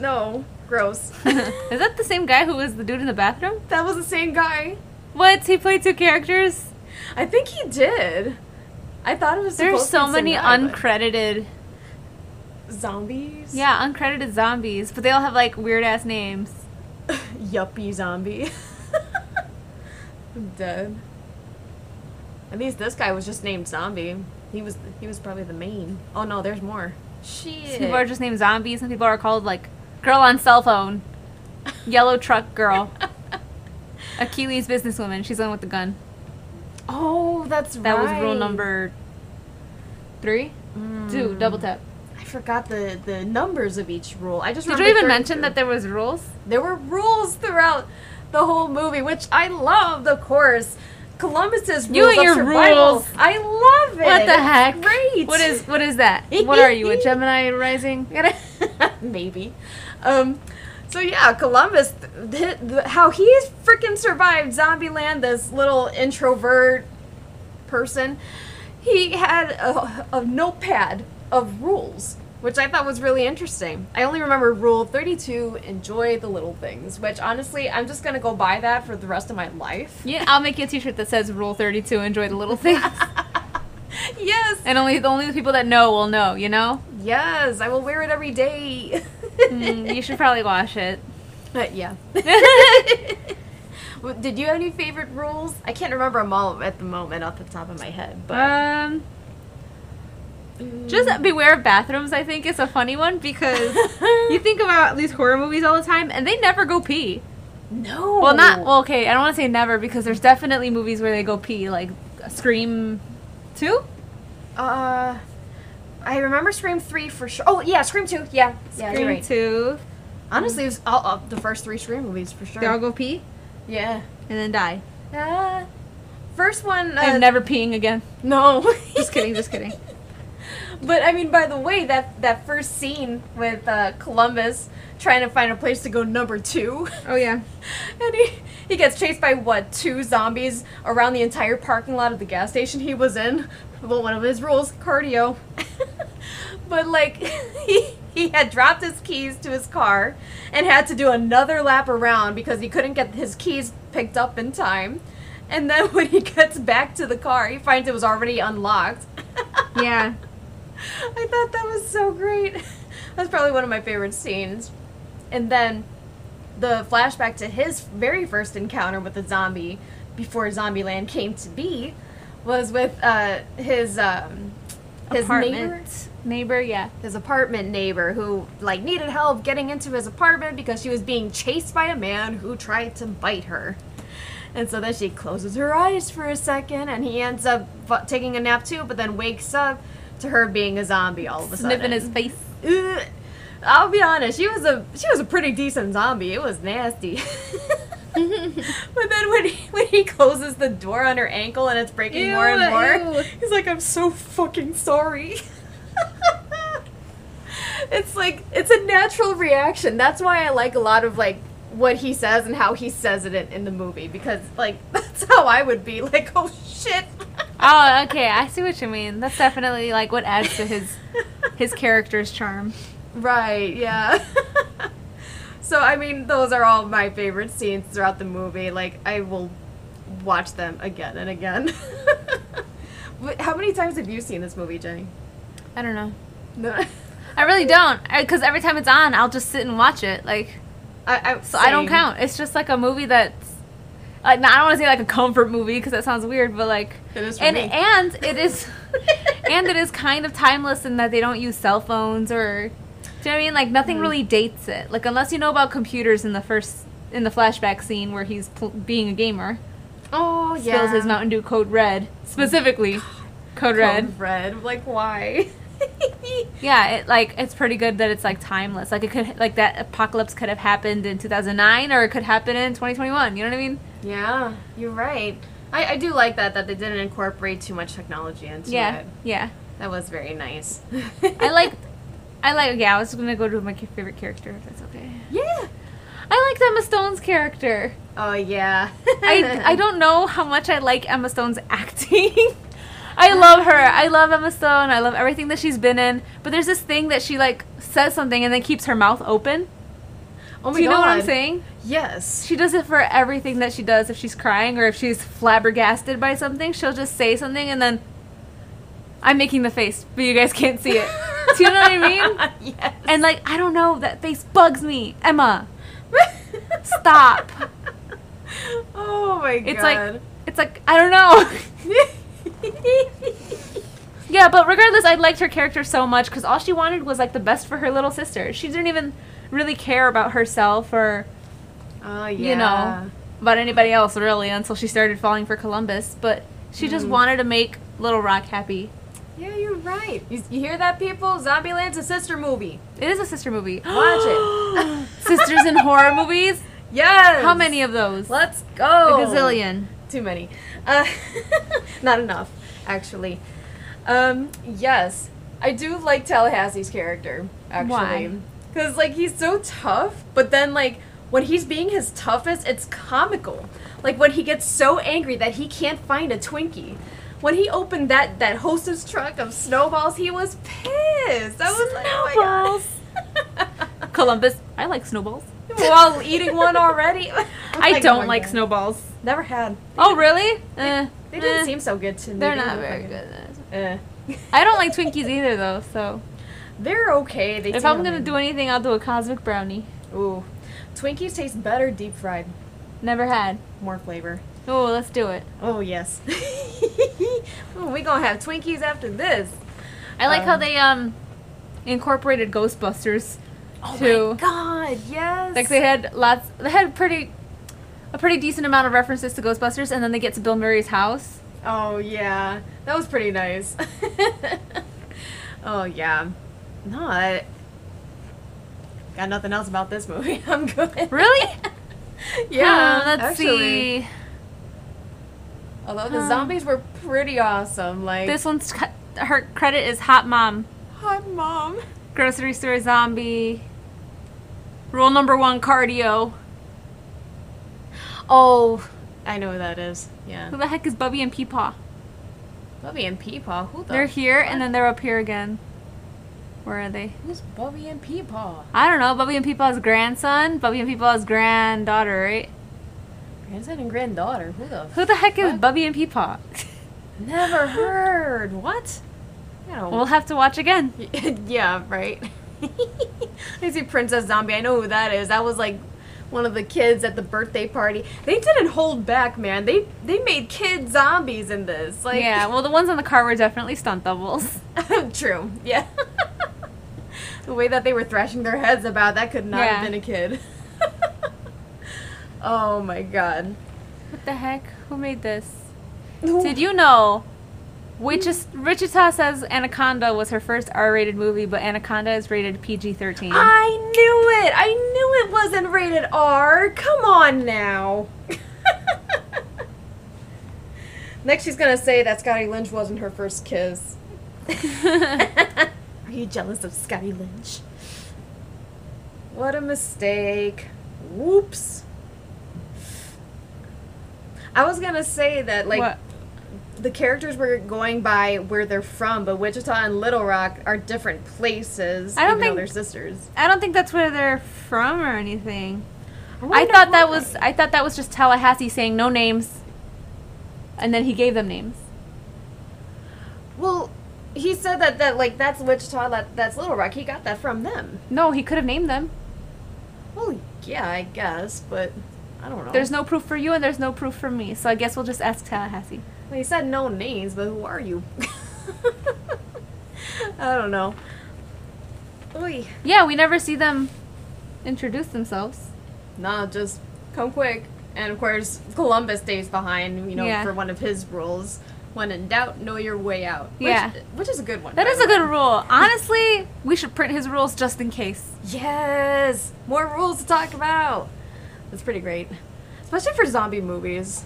[SPEAKER 2] no, gross.
[SPEAKER 1] Is that the same guy who was the dude in the bathroom?
[SPEAKER 2] that was the same guy.
[SPEAKER 1] What? He played two characters?
[SPEAKER 2] I think he did. I thought it was.
[SPEAKER 1] There's
[SPEAKER 2] supposed to be
[SPEAKER 1] so
[SPEAKER 2] the
[SPEAKER 1] many
[SPEAKER 2] same guy, but-
[SPEAKER 1] uncredited.
[SPEAKER 2] zombies.
[SPEAKER 1] Yeah, uncredited zombies, but they all have like weird ass names.
[SPEAKER 2] yuppie zombie. I'm dead. At least this guy was just named zombie. He was he was probably the main. Oh no, there's more.
[SPEAKER 1] Some
[SPEAKER 2] Shit.
[SPEAKER 1] people are just named zombies. Some people are called like girl on cell phone, yellow truck girl, Achilles businesswoman. She's the one with the gun.
[SPEAKER 2] oh, that's
[SPEAKER 1] That
[SPEAKER 2] right. Mm.
[SPEAKER 1] was rule number three. Two. Double tap.
[SPEAKER 2] I forgot the the numbers of each rule. I just
[SPEAKER 1] Did you even mention that there was rules?
[SPEAKER 2] there were rules throughout the whole movie, which I loved, of course. Columbus's rules.
[SPEAKER 1] You and
[SPEAKER 2] of
[SPEAKER 1] your
[SPEAKER 2] survival,
[SPEAKER 1] rules.
[SPEAKER 2] I love it.
[SPEAKER 1] What the
[SPEAKER 2] It's
[SPEAKER 1] heck?
[SPEAKER 2] Great.
[SPEAKER 1] What is what is that? What are you, a Gemini rising?
[SPEAKER 2] Maybe. Um, so yeah, Columbus, th- th- th- how he freaking survived Zombieland, this little introvert person, he had a, a notepad of rules, which I thought was really interesting. I only remember rule 32, enjoy the little things, which honestly, I'm just gonna go buy that for the rest of my life.
[SPEAKER 1] Yeah, I'll make you a T-shirt that says Rule Thirty Two. Enjoy the little things,
[SPEAKER 2] yes,
[SPEAKER 1] and only the only the people that know will know. You know,
[SPEAKER 2] yes, I will wear it every day.
[SPEAKER 1] Hmm. Mm, you should probably wash it.
[SPEAKER 2] Uh, yeah. W- Did you have any favorite rules? I can't remember them all at the moment off the top of my head, but
[SPEAKER 1] Um,
[SPEAKER 2] Mm.
[SPEAKER 1] just beware of bathrooms. I think is a funny one because you think about these horror movies all the time, and they never go pee.
[SPEAKER 2] no.
[SPEAKER 1] Well, not well. Okay, I don't want to say never because there's definitely movies where they go pee, like Scream Two.
[SPEAKER 2] Uh, I remember Scream three for sure. Oh yeah, Scream two. Yeah, yeah,
[SPEAKER 1] Scream
[SPEAKER 2] you're right.
[SPEAKER 1] Two.
[SPEAKER 2] Honestly, it was all, all the first three Scream movies for sure.
[SPEAKER 1] They all go pee
[SPEAKER 2] yeah.
[SPEAKER 1] and then die.
[SPEAKER 2] Uh, first one. Uh,
[SPEAKER 1] They're never peeing again.
[SPEAKER 2] no.
[SPEAKER 1] Just kidding. Just kidding.
[SPEAKER 2] But I mean, by the way, that that first scene with uh, Columbus trying to find a place to go number two,
[SPEAKER 1] Oh yeah.
[SPEAKER 2] and he he gets chased by what two zombies around the entire parking lot of the gas station he was in. Well, one of his rules, cardio. but like he. He had dropped his keys to his car and had to do another lap around because he couldn't get his keys picked up in time. And then when he gets back to the car, he finds it was already unlocked.
[SPEAKER 1] Yeah.
[SPEAKER 2] I thought that was so great. That's probably one of my favorite scenes. And then the flashback to his very first encounter with a zombie before Zombieland came to be was with uh, his um, his neighbor,
[SPEAKER 1] Apartment neighbor. Yeah.
[SPEAKER 2] his apartment neighbor who like needed help getting into his apartment because she was being chased by a man who tried to bite her. And so then she closes her eyes for a second, and he ends up fu- taking a nap too, but then wakes up to her being a zombie all of a sudden.
[SPEAKER 1] Sniffing his face.
[SPEAKER 2] Ugh. I'll be honest, she was a she was a pretty decent zombie. It was nasty. but then when he, when he closes the door on her ankle and it's breaking more
[SPEAKER 1] Ew,
[SPEAKER 2] and more,
[SPEAKER 1] ew.
[SPEAKER 2] he's like, "I'm so fucking sorry." it's like it's a natural reaction. That's why I like a lot of like what he says and how he says it in, in the movie because like that's how I would be like, "Oh shit."
[SPEAKER 1] Oh, okay. I see what you mean. That's definitely like what adds to his his character's charm.
[SPEAKER 2] Right, yeah. so, I mean, those are all my favorite scenes throughout the movie. Like, I will watch them again and again. Wh- How many times have you seen this movie, Jenny?
[SPEAKER 1] I don't know.
[SPEAKER 2] No.
[SPEAKER 1] I really don't, because every time it's on, I'll just sit and watch it. Like,
[SPEAKER 2] I, I,
[SPEAKER 1] so I don't
[SPEAKER 2] same.
[SPEAKER 1] count. It's just like a movie that's like no, I don't want to say like a comfort movie because that sounds weird, but like,
[SPEAKER 2] It is for
[SPEAKER 1] and
[SPEAKER 2] me.
[SPEAKER 1] and it is, and it is kind of timeless in that they don't use cell phones or, do you know what I mean? Like
[SPEAKER 2] Mm-hmm.
[SPEAKER 1] nothing really dates it. Like unless you know about computers in the first in the flashback scene where he's pl- being a gamer,
[SPEAKER 2] Oh, yeah.
[SPEAKER 1] spills his Mountain Dew Code Red specifically, Code Red.
[SPEAKER 2] Code red. Like, why?
[SPEAKER 1] Yeah, it like it's pretty good that it's like timeless. Like it could like that apocalypse could have happened in 2009 or it could happen in 2021. You know what I mean?
[SPEAKER 2] yeah, you're right. I, I do like that, that they didn't incorporate too much technology into
[SPEAKER 1] yeah.
[SPEAKER 2] it.
[SPEAKER 1] Yeah.
[SPEAKER 2] That was very nice.
[SPEAKER 1] I like I like yeah, I was going to go to my ca- favorite character if that's okay.
[SPEAKER 2] Yeah.
[SPEAKER 1] I liked Emma Stone's character.
[SPEAKER 2] Oh, yeah.
[SPEAKER 1] I I don't know how much I like Emma Stone's acting. I love her. I love Emma Stone. I love everything that she's been in. But there's this thing that she like says something and then keeps her mouth open.
[SPEAKER 2] Oh, my
[SPEAKER 1] Do you know what I'm
[SPEAKER 2] God.
[SPEAKER 1] saying?
[SPEAKER 2] Yes.
[SPEAKER 1] She does it for everything that she does. If she's crying or if she's flabbergasted by something, she'll just say something and then I'm making the face, but you guys can't see it. Do you know what I
[SPEAKER 2] mean? Yes.
[SPEAKER 1] And like, I don't know, that face bugs me. Emma, stop.
[SPEAKER 2] oh my
[SPEAKER 1] It's
[SPEAKER 2] god.
[SPEAKER 1] like it's like I don't know. yeah, but regardless, I liked her character so much cuz all she wanted was like the best for her little sister. She didn't even really care about herself or
[SPEAKER 2] oh yeah.
[SPEAKER 1] you know, about anybody else really until she started falling for Columbus. But she just
[SPEAKER 2] Mm.
[SPEAKER 1] wanted to make Little Rock happy.
[SPEAKER 2] Yeah, you're right. You, you hear that, people? Zombieland's a sister movie.
[SPEAKER 1] It is a sister movie.
[SPEAKER 2] Watch it.
[SPEAKER 1] Sisters in horror movies.
[SPEAKER 2] Yes.
[SPEAKER 1] How many of those?
[SPEAKER 2] Let's go.
[SPEAKER 1] A gazillion.
[SPEAKER 2] Too many. Uh, not enough, actually. Um, yes, I do like Tallahassee's character
[SPEAKER 1] Why?
[SPEAKER 2] actually, because like he's so tough, but then like when he's being his toughest, it's comical. Like when he gets so angry that he can't find a Twinkie. When he opened that that hostess truck of snowballs, he was pissed. I was like, oh my god.
[SPEAKER 1] Columbus. I like snowballs.
[SPEAKER 2] While eating one already.
[SPEAKER 1] I don't like
[SPEAKER 2] snowballs.
[SPEAKER 1] snowballs.
[SPEAKER 2] Never had.
[SPEAKER 1] Oh really? Eh,
[SPEAKER 2] They didn't
[SPEAKER 1] eh,
[SPEAKER 2] seem so good to me.
[SPEAKER 1] They're
[SPEAKER 2] They
[SPEAKER 1] not
[SPEAKER 2] were
[SPEAKER 1] very
[SPEAKER 2] fucking-
[SPEAKER 1] good.
[SPEAKER 2] Eh.
[SPEAKER 1] I don't like Twinkies either though. So
[SPEAKER 2] They're okay. They
[SPEAKER 1] if
[SPEAKER 2] seem
[SPEAKER 1] I'm gonna do anything, I'll do a cosmic brownie.
[SPEAKER 2] ooh, Twinkies taste better deep fried.
[SPEAKER 1] Never had.
[SPEAKER 2] More flavor.
[SPEAKER 1] Oh, let's do it.
[SPEAKER 2] Oh yes. Ooh, we gonna have Twinkies after this.
[SPEAKER 1] I like how
[SPEAKER 2] Um,
[SPEAKER 1] they um incorporated Ghostbusters.
[SPEAKER 2] Oh
[SPEAKER 1] Two.
[SPEAKER 2] my god, yes.
[SPEAKER 1] Like they had lots. They had pretty a pretty decent amount of references to Ghostbusters, and then they get to Bill Murray's house.
[SPEAKER 2] Oh yeah, that was pretty nice. oh yeah, no, I got nothing else about this movie. I'm good.
[SPEAKER 1] Really?
[SPEAKER 2] Yeah.
[SPEAKER 1] Huh, let's
[SPEAKER 2] actually.
[SPEAKER 1] see.
[SPEAKER 2] Although the
[SPEAKER 1] Huh.
[SPEAKER 2] zombies were pretty awesome, like
[SPEAKER 1] This one's cu- her credit is Hot Mom,
[SPEAKER 2] Hi, mom.
[SPEAKER 1] grocery store zombie. Rule number one: cardio. Oh,
[SPEAKER 2] I know who that is.
[SPEAKER 1] who
[SPEAKER 2] Yeah.
[SPEAKER 1] the heck is Bubby and Peepaw?
[SPEAKER 2] Bubby and Peepaw. Who the?
[SPEAKER 1] They're here, and then they're up here again. Where are they?
[SPEAKER 2] Who's Bubby and Peepaw?
[SPEAKER 1] I don't know. Bubby and Peepaw's grandson. Bubby and Peepaw's granddaughter, right?
[SPEAKER 2] Grandson and granddaughter. Who the?
[SPEAKER 1] Who the heck is
[SPEAKER 2] What?
[SPEAKER 1] Bubby and Peepaw?
[SPEAKER 2] Never heard. What? I don't.
[SPEAKER 1] we'll have to watch again.
[SPEAKER 2] yeah, right. I see Princess Zombie. I know who that is. That was like one of the kids at the birthday party. They didn't hold back, man. They they made kid zombies in this. Like
[SPEAKER 1] yeah, well, the ones on the car were definitely stunt doubles.
[SPEAKER 2] true. Yeah. the way that they were thrashing their heads about that could not
[SPEAKER 1] Yeah.
[SPEAKER 2] have been a kid. oh my god.
[SPEAKER 1] What the heck? Who made this? Did you know? Wichita, Wichita says Anaconda was her first R-rated movie, but Anaconda is rated PG-13.
[SPEAKER 2] I knew it. I knew it wasn't rated R. Come on now. Next, she's gonna say that Scotty Lynch wasn't her first kiss. Are you jealous of Scotty Lynch? What a mistake. Whoops. I was gonna say that like
[SPEAKER 1] What?
[SPEAKER 2] the characters were going by where they're from, but Wichita and Little Rock are different places.
[SPEAKER 1] I don't
[SPEAKER 2] even
[SPEAKER 1] think-
[SPEAKER 2] though they're sisters.
[SPEAKER 1] I don't think that's where they're from or anything. I thought that was I thought that was just Tallahassee saying no names, and then he gave them names.
[SPEAKER 2] well. He said that that like that's Wichita, that that's Little Rock. He got that from them.
[SPEAKER 1] No, he could have named them.
[SPEAKER 2] Well, yeah, I guess, but I don't know.
[SPEAKER 1] There's no proof for you, and there's no proof for me. So I guess we'll just ask Tallahassee.
[SPEAKER 2] Well, he said no names, but who are you? I don't know. Oy.
[SPEAKER 1] Yeah, we never see them introduce themselves.
[SPEAKER 2] Nah, just come quick. And of course, Columbus stays behind, you know,
[SPEAKER 1] Yeah.
[SPEAKER 2] for one of his rules. When in doubt, know your way out. Which,
[SPEAKER 1] Yeah.
[SPEAKER 2] Which is a good one.
[SPEAKER 1] That
[SPEAKER 2] by
[SPEAKER 1] is
[SPEAKER 2] the
[SPEAKER 1] a good
[SPEAKER 2] way.
[SPEAKER 1] rule. Honestly, we should print his rules just in case.
[SPEAKER 2] Yes! More rules to talk about! That's pretty great. Especially for zombie movies.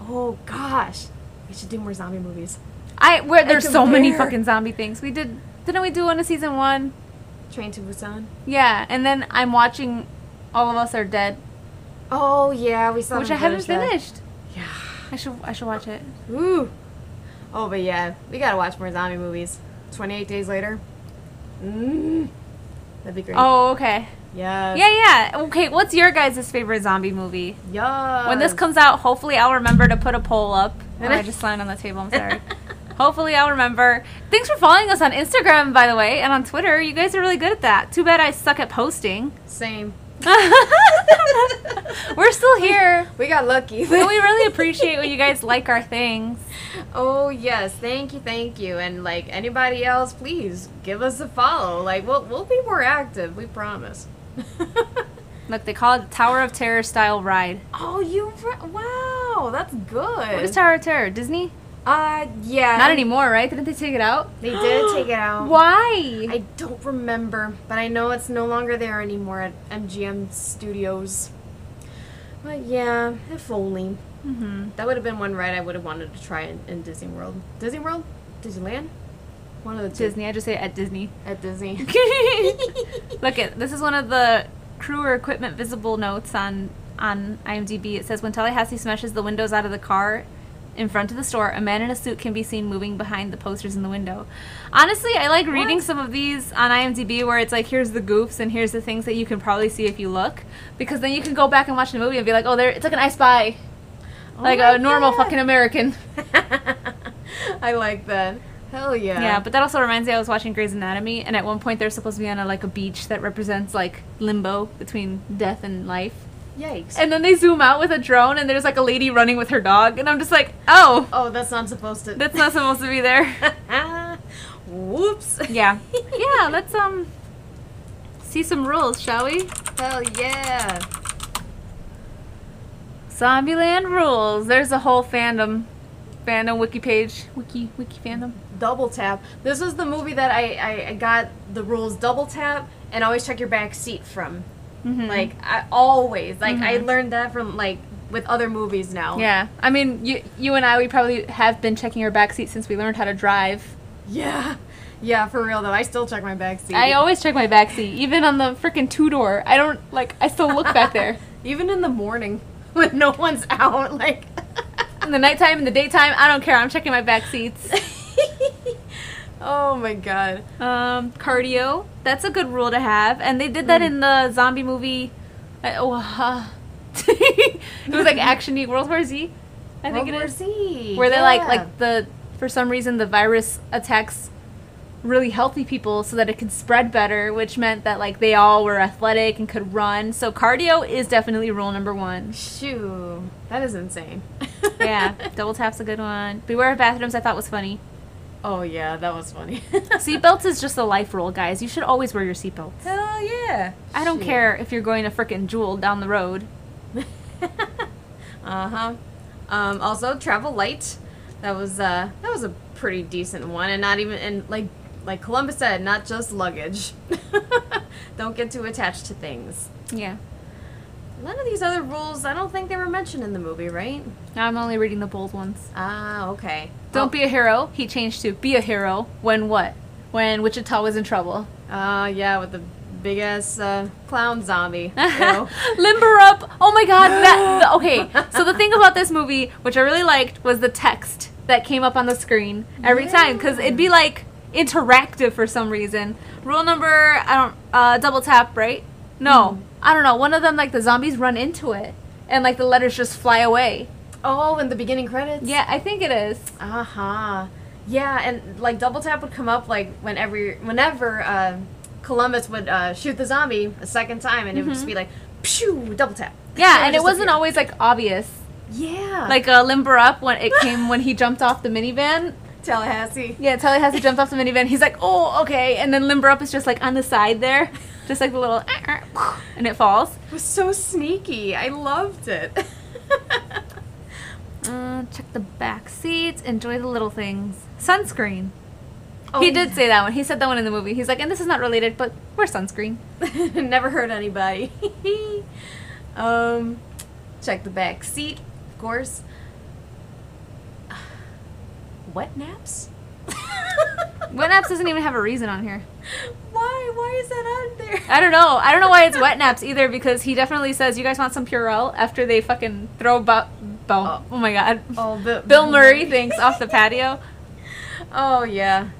[SPEAKER 2] Oh gosh. We should do more zombie movies.
[SPEAKER 1] I where there's so many
[SPEAKER 2] compare.
[SPEAKER 1] fucking zombie things. We did didn't we do one in season one?
[SPEAKER 2] Train to Busan.
[SPEAKER 1] Yeah, and then I'm watching All of Us Are Dead,
[SPEAKER 2] Oh yeah, we saw
[SPEAKER 1] which I
[SPEAKER 2] them
[SPEAKER 1] haven't
[SPEAKER 2] finish that.
[SPEAKER 1] finished.
[SPEAKER 2] Yeah.
[SPEAKER 1] I should I should watch it.
[SPEAKER 2] Ooh. Oh, but yeah, we gotta watch more zombie movies. 28 Days Later. Mm. That'd be great.
[SPEAKER 1] Oh okay.
[SPEAKER 2] Yes.
[SPEAKER 1] Yeah yeah. Okay, what's your guys' favorite zombie movie?
[SPEAKER 2] Yes.
[SPEAKER 1] When this comes out, hopefully I'll remember to put a poll up. And I just landed on the table. I'm sorry. Hopefully I'll remember. Thanks for following us on Instagram, by the way, and on Twitter. You guys are really good at that. Too bad I suck at posting.
[SPEAKER 2] Same.
[SPEAKER 1] We're still here.
[SPEAKER 2] We got lucky.
[SPEAKER 1] And we really appreciate when you guys like our things.
[SPEAKER 2] Oh yes, thank you, thank you, and like anybody else, please give us a follow. Like we'll we'll be more active. We promise.
[SPEAKER 1] Look, they call it the Tower of Terror style ride.
[SPEAKER 2] oh, you re- wow, that's good.
[SPEAKER 1] What is Tower of Terror? Disney?
[SPEAKER 2] uh, yeah.
[SPEAKER 1] Not anymore, right? Didn't they take it out?
[SPEAKER 2] They did take it out.
[SPEAKER 1] Why?
[SPEAKER 2] I don't remember, but I know it's no longer there anymore at MGM Studios. But yeah, if only.
[SPEAKER 1] mm-hmm.
[SPEAKER 2] That would have been one ride I would have wanted to try in, in Disney World. Disney World? Disneyland? One of the two.
[SPEAKER 1] Disney. I just say at Disney.
[SPEAKER 2] At Disney. Oh
[SPEAKER 1] Look at this is one of the crew or equipment visible notes on on IMDb. It says when Tallahassee smashes the windows out of the car in front of the store, a man in a suit can be seen moving behind the posters in the window. Honestly, I like reading
[SPEAKER 2] What?
[SPEAKER 1] some of these on IMDb where it's like here's the goofs and here's the things that you can probably see if you look because then you can go back and watch the movie and be like, "Oh, there it's like an I spy." like
[SPEAKER 2] Oh my
[SPEAKER 1] a normal
[SPEAKER 2] God.
[SPEAKER 1] fucking American.
[SPEAKER 2] I like that. Hell yeah.
[SPEAKER 1] Yeah, but that also reminds me I was watching Grey's Anatomy and at one point they're supposed to be on a like a beach that represents like limbo between death and life.
[SPEAKER 2] Yikes.
[SPEAKER 1] And then they zoom out with a drone, and there's like a lady running with her dog, and I'm just like, oh,
[SPEAKER 2] oh, that's not supposed to.
[SPEAKER 1] that's not supposed to be there.
[SPEAKER 2] Whoops.
[SPEAKER 1] Yeah. yeah, let's um see some rules, shall we?
[SPEAKER 2] Hell yeah.
[SPEAKER 1] Zombieland rules. There's a whole fandom, fandom wiki page, wiki wiki fandom.
[SPEAKER 2] Double tap. This was the movie that I, I, I got the rules double tap and always check your back seat from.
[SPEAKER 1] Mm-hmm.
[SPEAKER 2] Like I always like I
[SPEAKER 1] Mhm.
[SPEAKER 2] learned that from like with other movies now.
[SPEAKER 1] yeah, I mean, you you and I we probably have been checking our backseat since we learned how to drive.
[SPEAKER 2] Yeah. Yeah, for real though. I still check my back seat.
[SPEAKER 1] I always check my backseat, even on the freaking two door. I don't like. I still look back there.
[SPEAKER 2] Even in the morning when no one's out, like
[SPEAKER 1] In the nighttime, in the daytime, I don't care. I'm checking my back seats.
[SPEAKER 2] Oh my god.
[SPEAKER 1] Um, cardio. That's a good rule to have. And they did that
[SPEAKER 2] Hmm.
[SPEAKER 1] in the zombie movie. Uh, oh, uh, it was like Action World War Z. I think it is.
[SPEAKER 2] Z.
[SPEAKER 1] Where they like
[SPEAKER 2] yeah.
[SPEAKER 1] like the for some reason the virus attacks really healthy people so that it could spread better, which meant that like they all were athletic and could run. So cardio is definitely rule number one.
[SPEAKER 2] Shoo. That is insane.
[SPEAKER 1] Yeah, double tap's a good one. Beware of bathrooms. I thought was funny.
[SPEAKER 2] oh yeah, that was funny.
[SPEAKER 1] Seatbelts is just a life rule, guys. You should always wear your seatbelt.
[SPEAKER 2] Hell yeah.
[SPEAKER 1] I don't care if you're going to frickin' Jewel down the road.
[SPEAKER 2] uh huh. Um, also, travel light. That was uh, that was a pretty decent one, and not even and like like Columbus said, not just luggage. don't get too attached to things.
[SPEAKER 1] Yeah.
[SPEAKER 2] None of these other rules, I don't think they were mentioned in the movie, right?
[SPEAKER 1] Now I'm only reading the bold ones.
[SPEAKER 2] Ah, okay.
[SPEAKER 1] Don't be a hero. He changed to be a hero when what? When Wichita was in trouble.
[SPEAKER 2] Uh, yeah, with the big ass uh, clown zombie.
[SPEAKER 1] Oh.
[SPEAKER 2] Ew.
[SPEAKER 1] Limber up. Oh my god. That, the- okay. So the thing about this movie, which I really liked, was the text that came up on the screen every time because it'd be like interactive for some reason. Rule number, I don't, uh, double tap, right? No, I don't know. One of them, like the zombies run into it, and like the letters just fly away.
[SPEAKER 2] oh, in the beginning credits.
[SPEAKER 1] Yeah, I think it is.
[SPEAKER 2] Uh huh. Yeah, and like double tap would come up like whenever whenever uh, Columbus would uh, shoot the zombie a second time, and it would just be like, pshoo, double tap.
[SPEAKER 1] Mm-hmm. Yeah, and
[SPEAKER 2] just
[SPEAKER 1] it wasn't
[SPEAKER 2] appear.
[SPEAKER 1] always like obvious.
[SPEAKER 2] Yeah,
[SPEAKER 1] Like uh, limber up when it came when he jumped off the minivan.
[SPEAKER 2] Tallahassee.
[SPEAKER 1] Yeah, Tallahassee jumped off the minivan. He's like, oh, okay. And then limber up is just like on the side there, just like the little, uh, uh, and it falls.
[SPEAKER 2] It was so sneaky. I loved it.
[SPEAKER 1] Uh, check the back seats. Enjoy the little things. Sunscreen.
[SPEAKER 2] Oh,
[SPEAKER 1] he did say that one. He said that one in the movie. He's like, and this is not related, but wear sunscreen.
[SPEAKER 2] yeah. Never hurt anybody. um, check the back seat, of course. Wet naps.
[SPEAKER 1] Wet naps doesn't even have a reason on here.
[SPEAKER 2] Why? Why is that on there?
[SPEAKER 1] I don't know. I don't know why it's wet naps either because he definitely says, you guys want some Purell after they fucking throw bo- bo-
[SPEAKER 2] Oh.
[SPEAKER 1] oh. my god.
[SPEAKER 2] Oh, Bill,
[SPEAKER 1] Bill Murray thinks off the patio.
[SPEAKER 2] Oh yeah.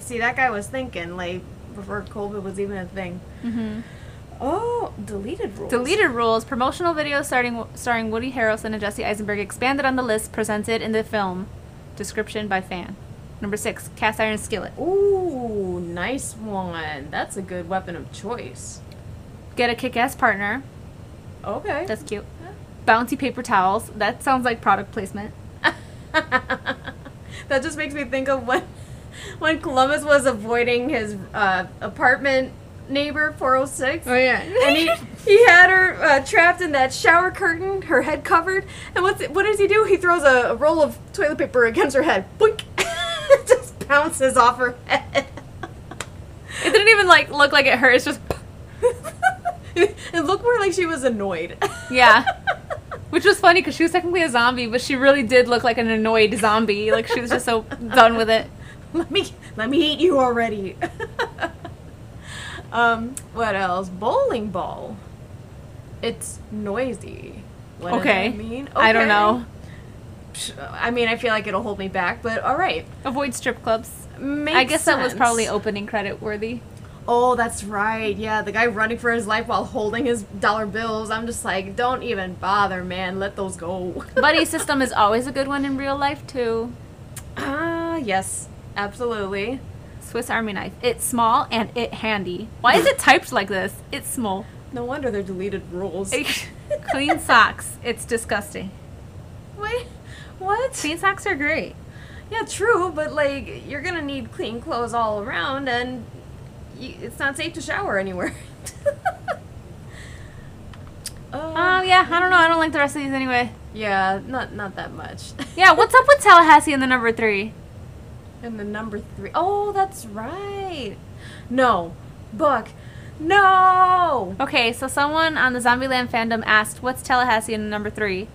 [SPEAKER 2] See, that guy was thinking like before COVID was even a thing.
[SPEAKER 1] Mm-hmm.
[SPEAKER 2] Oh, deleted rules.
[SPEAKER 1] Deleted rules. Promotional videos starting starring Woody Harrelson and Jesse Eisenberg expanded on the list presented in the film. Description by fan. Number six, cast iron skillet.
[SPEAKER 2] Ooh, nice one. That's a good weapon of choice.
[SPEAKER 1] Get a kick-ass partner.
[SPEAKER 2] Okay.
[SPEAKER 1] That's cute. Bouncy paper towels. That sounds like product placement.
[SPEAKER 2] that just makes me think of when when Columbus was avoiding his uh, apartment neighbor 406.
[SPEAKER 1] Oh, yeah.
[SPEAKER 2] and he, he had her uh, trapped in that shower curtain, her head covered. And what's what does he do? He throws a, a roll of toilet paper against her head. Boink! it just bounces off her head.
[SPEAKER 1] it didn't even like look like it hurt. It's just
[SPEAKER 2] it looked more like she was annoyed.
[SPEAKER 1] yeah. Which was funny because she was technically a zombie, but she really did look like an annoyed zombie. Like she was just so done with it.
[SPEAKER 2] let me let me eat you already. um, what else? Bowling ball. It's noisy. What does
[SPEAKER 1] Okay.
[SPEAKER 2] that mean?
[SPEAKER 1] I don't
[SPEAKER 2] Okay.
[SPEAKER 1] know.
[SPEAKER 2] Psh, I mean, I feel like it'll hold me back, but all right.
[SPEAKER 1] Avoid strip clubs.
[SPEAKER 2] Makes
[SPEAKER 1] I guess that was
[SPEAKER 2] sense.
[SPEAKER 1] probably opening credit worthy.
[SPEAKER 2] Oh, that's right. Yeah, the guy running for his life while holding his dollar bills. I'm just like, don't even bother, man. Let those go.
[SPEAKER 1] Buddy system is always a good one in real life too.
[SPEAKER 2] Ah, yes, absolutely.
[SPEAKER 1] Swiss Army knife. It's small and it handy. Why is it typed like this? It's small.
[SPEAKER 2] No wonder they're deleted rules.
[SPEAKER 1] It Clean socks. It's disgusting.
[SPEAKER 2] Wait, what?
[SPEAKER 1] Clean socks are great.
[SPEAKER 2] Yeah, true, but like you're gonna need clean clothes all around, and y it's not safe to shower anywhere. Oh
[SPEAKER 1] Um, yeah, I don't know. I don't like the rest of these anyway.
[SPEAKER 2] Yeah, not not that much.
[SPEAKER 1] Yeah, what's up with Tallahassee in the number three?
[SPEAKER 2] And the number three oh that's right. No, Buck, no.
[SPEAKER 1] Okay, so someone on the Zombieland fandom asked, "What's Tallahassee in number three?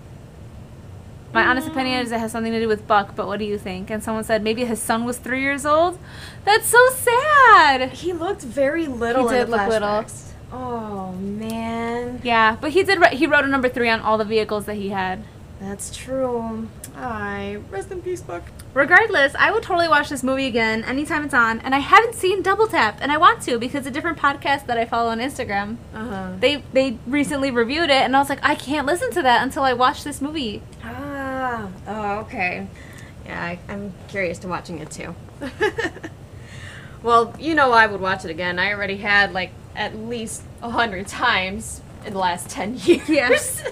[SPEAKER 1] My honest opinion is it has something to do with Buck, but what do you think? And someone said maybe his son was three years old. That's so sad.
[SPEAKER 2] He looked very little.
[SPEAKER 1] He
[SPEAKER 2] in
[SPEAKER 1] did
[SPEAKER 2] the
[SPEAKER 1] look little.
[SPEAKER 2] flashbacks. Oh man,
[SPEAKER 1] Yeah, but he did. ri- He wrote a number three on all the vehicles that he had.
[SPEAKER 2] that's true. I rest in peace, Buck.
[SPEAKER 1] Regardless, I would totally watch this movie again anytime it's on, and I haven't seen Double Tap, and I want to because a different podcast that I follow on Instagram
[SPEAKER 2] Uh huh.
[SPEAKER 1] they they recently reviewed it, and I was like, I can't listen to that until I watch this movie.
[SPEAKER 2] Ah, oh, okay. Yeah, I, I'm curious to watching it too. well, you know I would watch it again. I already had like at least a hundred times in the last ten years.
[SPEAKER 1] Yes.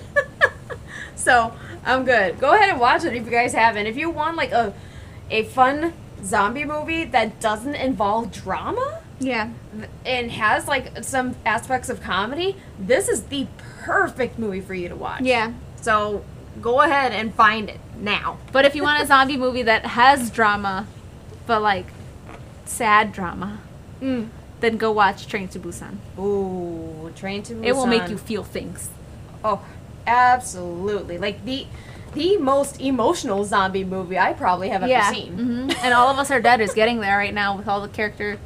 [SPEAKER 2] so I'm good. Go ahead and watch it if you guys haven't. If you want like a a fun zombie movie that doesn't involve drama
[SPEAKER 1] Yeah.
[SPEAKER 2] and has like some aspects of comedy, this is the perfect movie for you to watch.
[SPEAKER 1] Yeah.
[SPEAKER 2] So go ahead and find it now.
[SPEAKER 1] But if you want a zombie movie that has drama, but like sad drama,
[SPEAKER 2] Mm.
[SPEAKER 1] then go watch Train to Busan.
[SPEAKER 2] Ooh, Train to Busan.
[SPEAKER 1] It will make you feel things.
[SPEAKER 2] Oh, absolutely. Like the the most emotional zombie movie I probably have ever seen.
[SPEAKER 1] hmm And all of us are dead is getting there right now with all the character.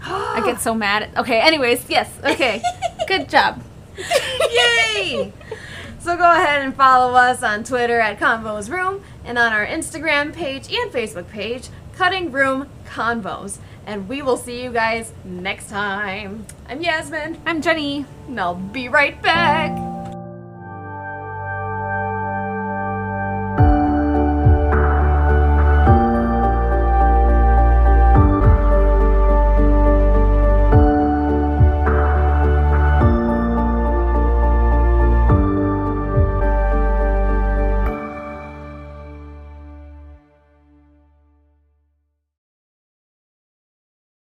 [SPEAKER 1] I get so mad. At- okay. Anyways, yes. Okay. Good job.
[SPEAKER 2] Yay! so go ahead and follow us on Twitter at Convos Room and on our Instagram page and Facebook page, Cutting Room Convos. And we will see you guys next time. I'm Yasmin,
[SPEAKER 1] I'm Jenny.
[SPEAKER 2] and I'll be right back.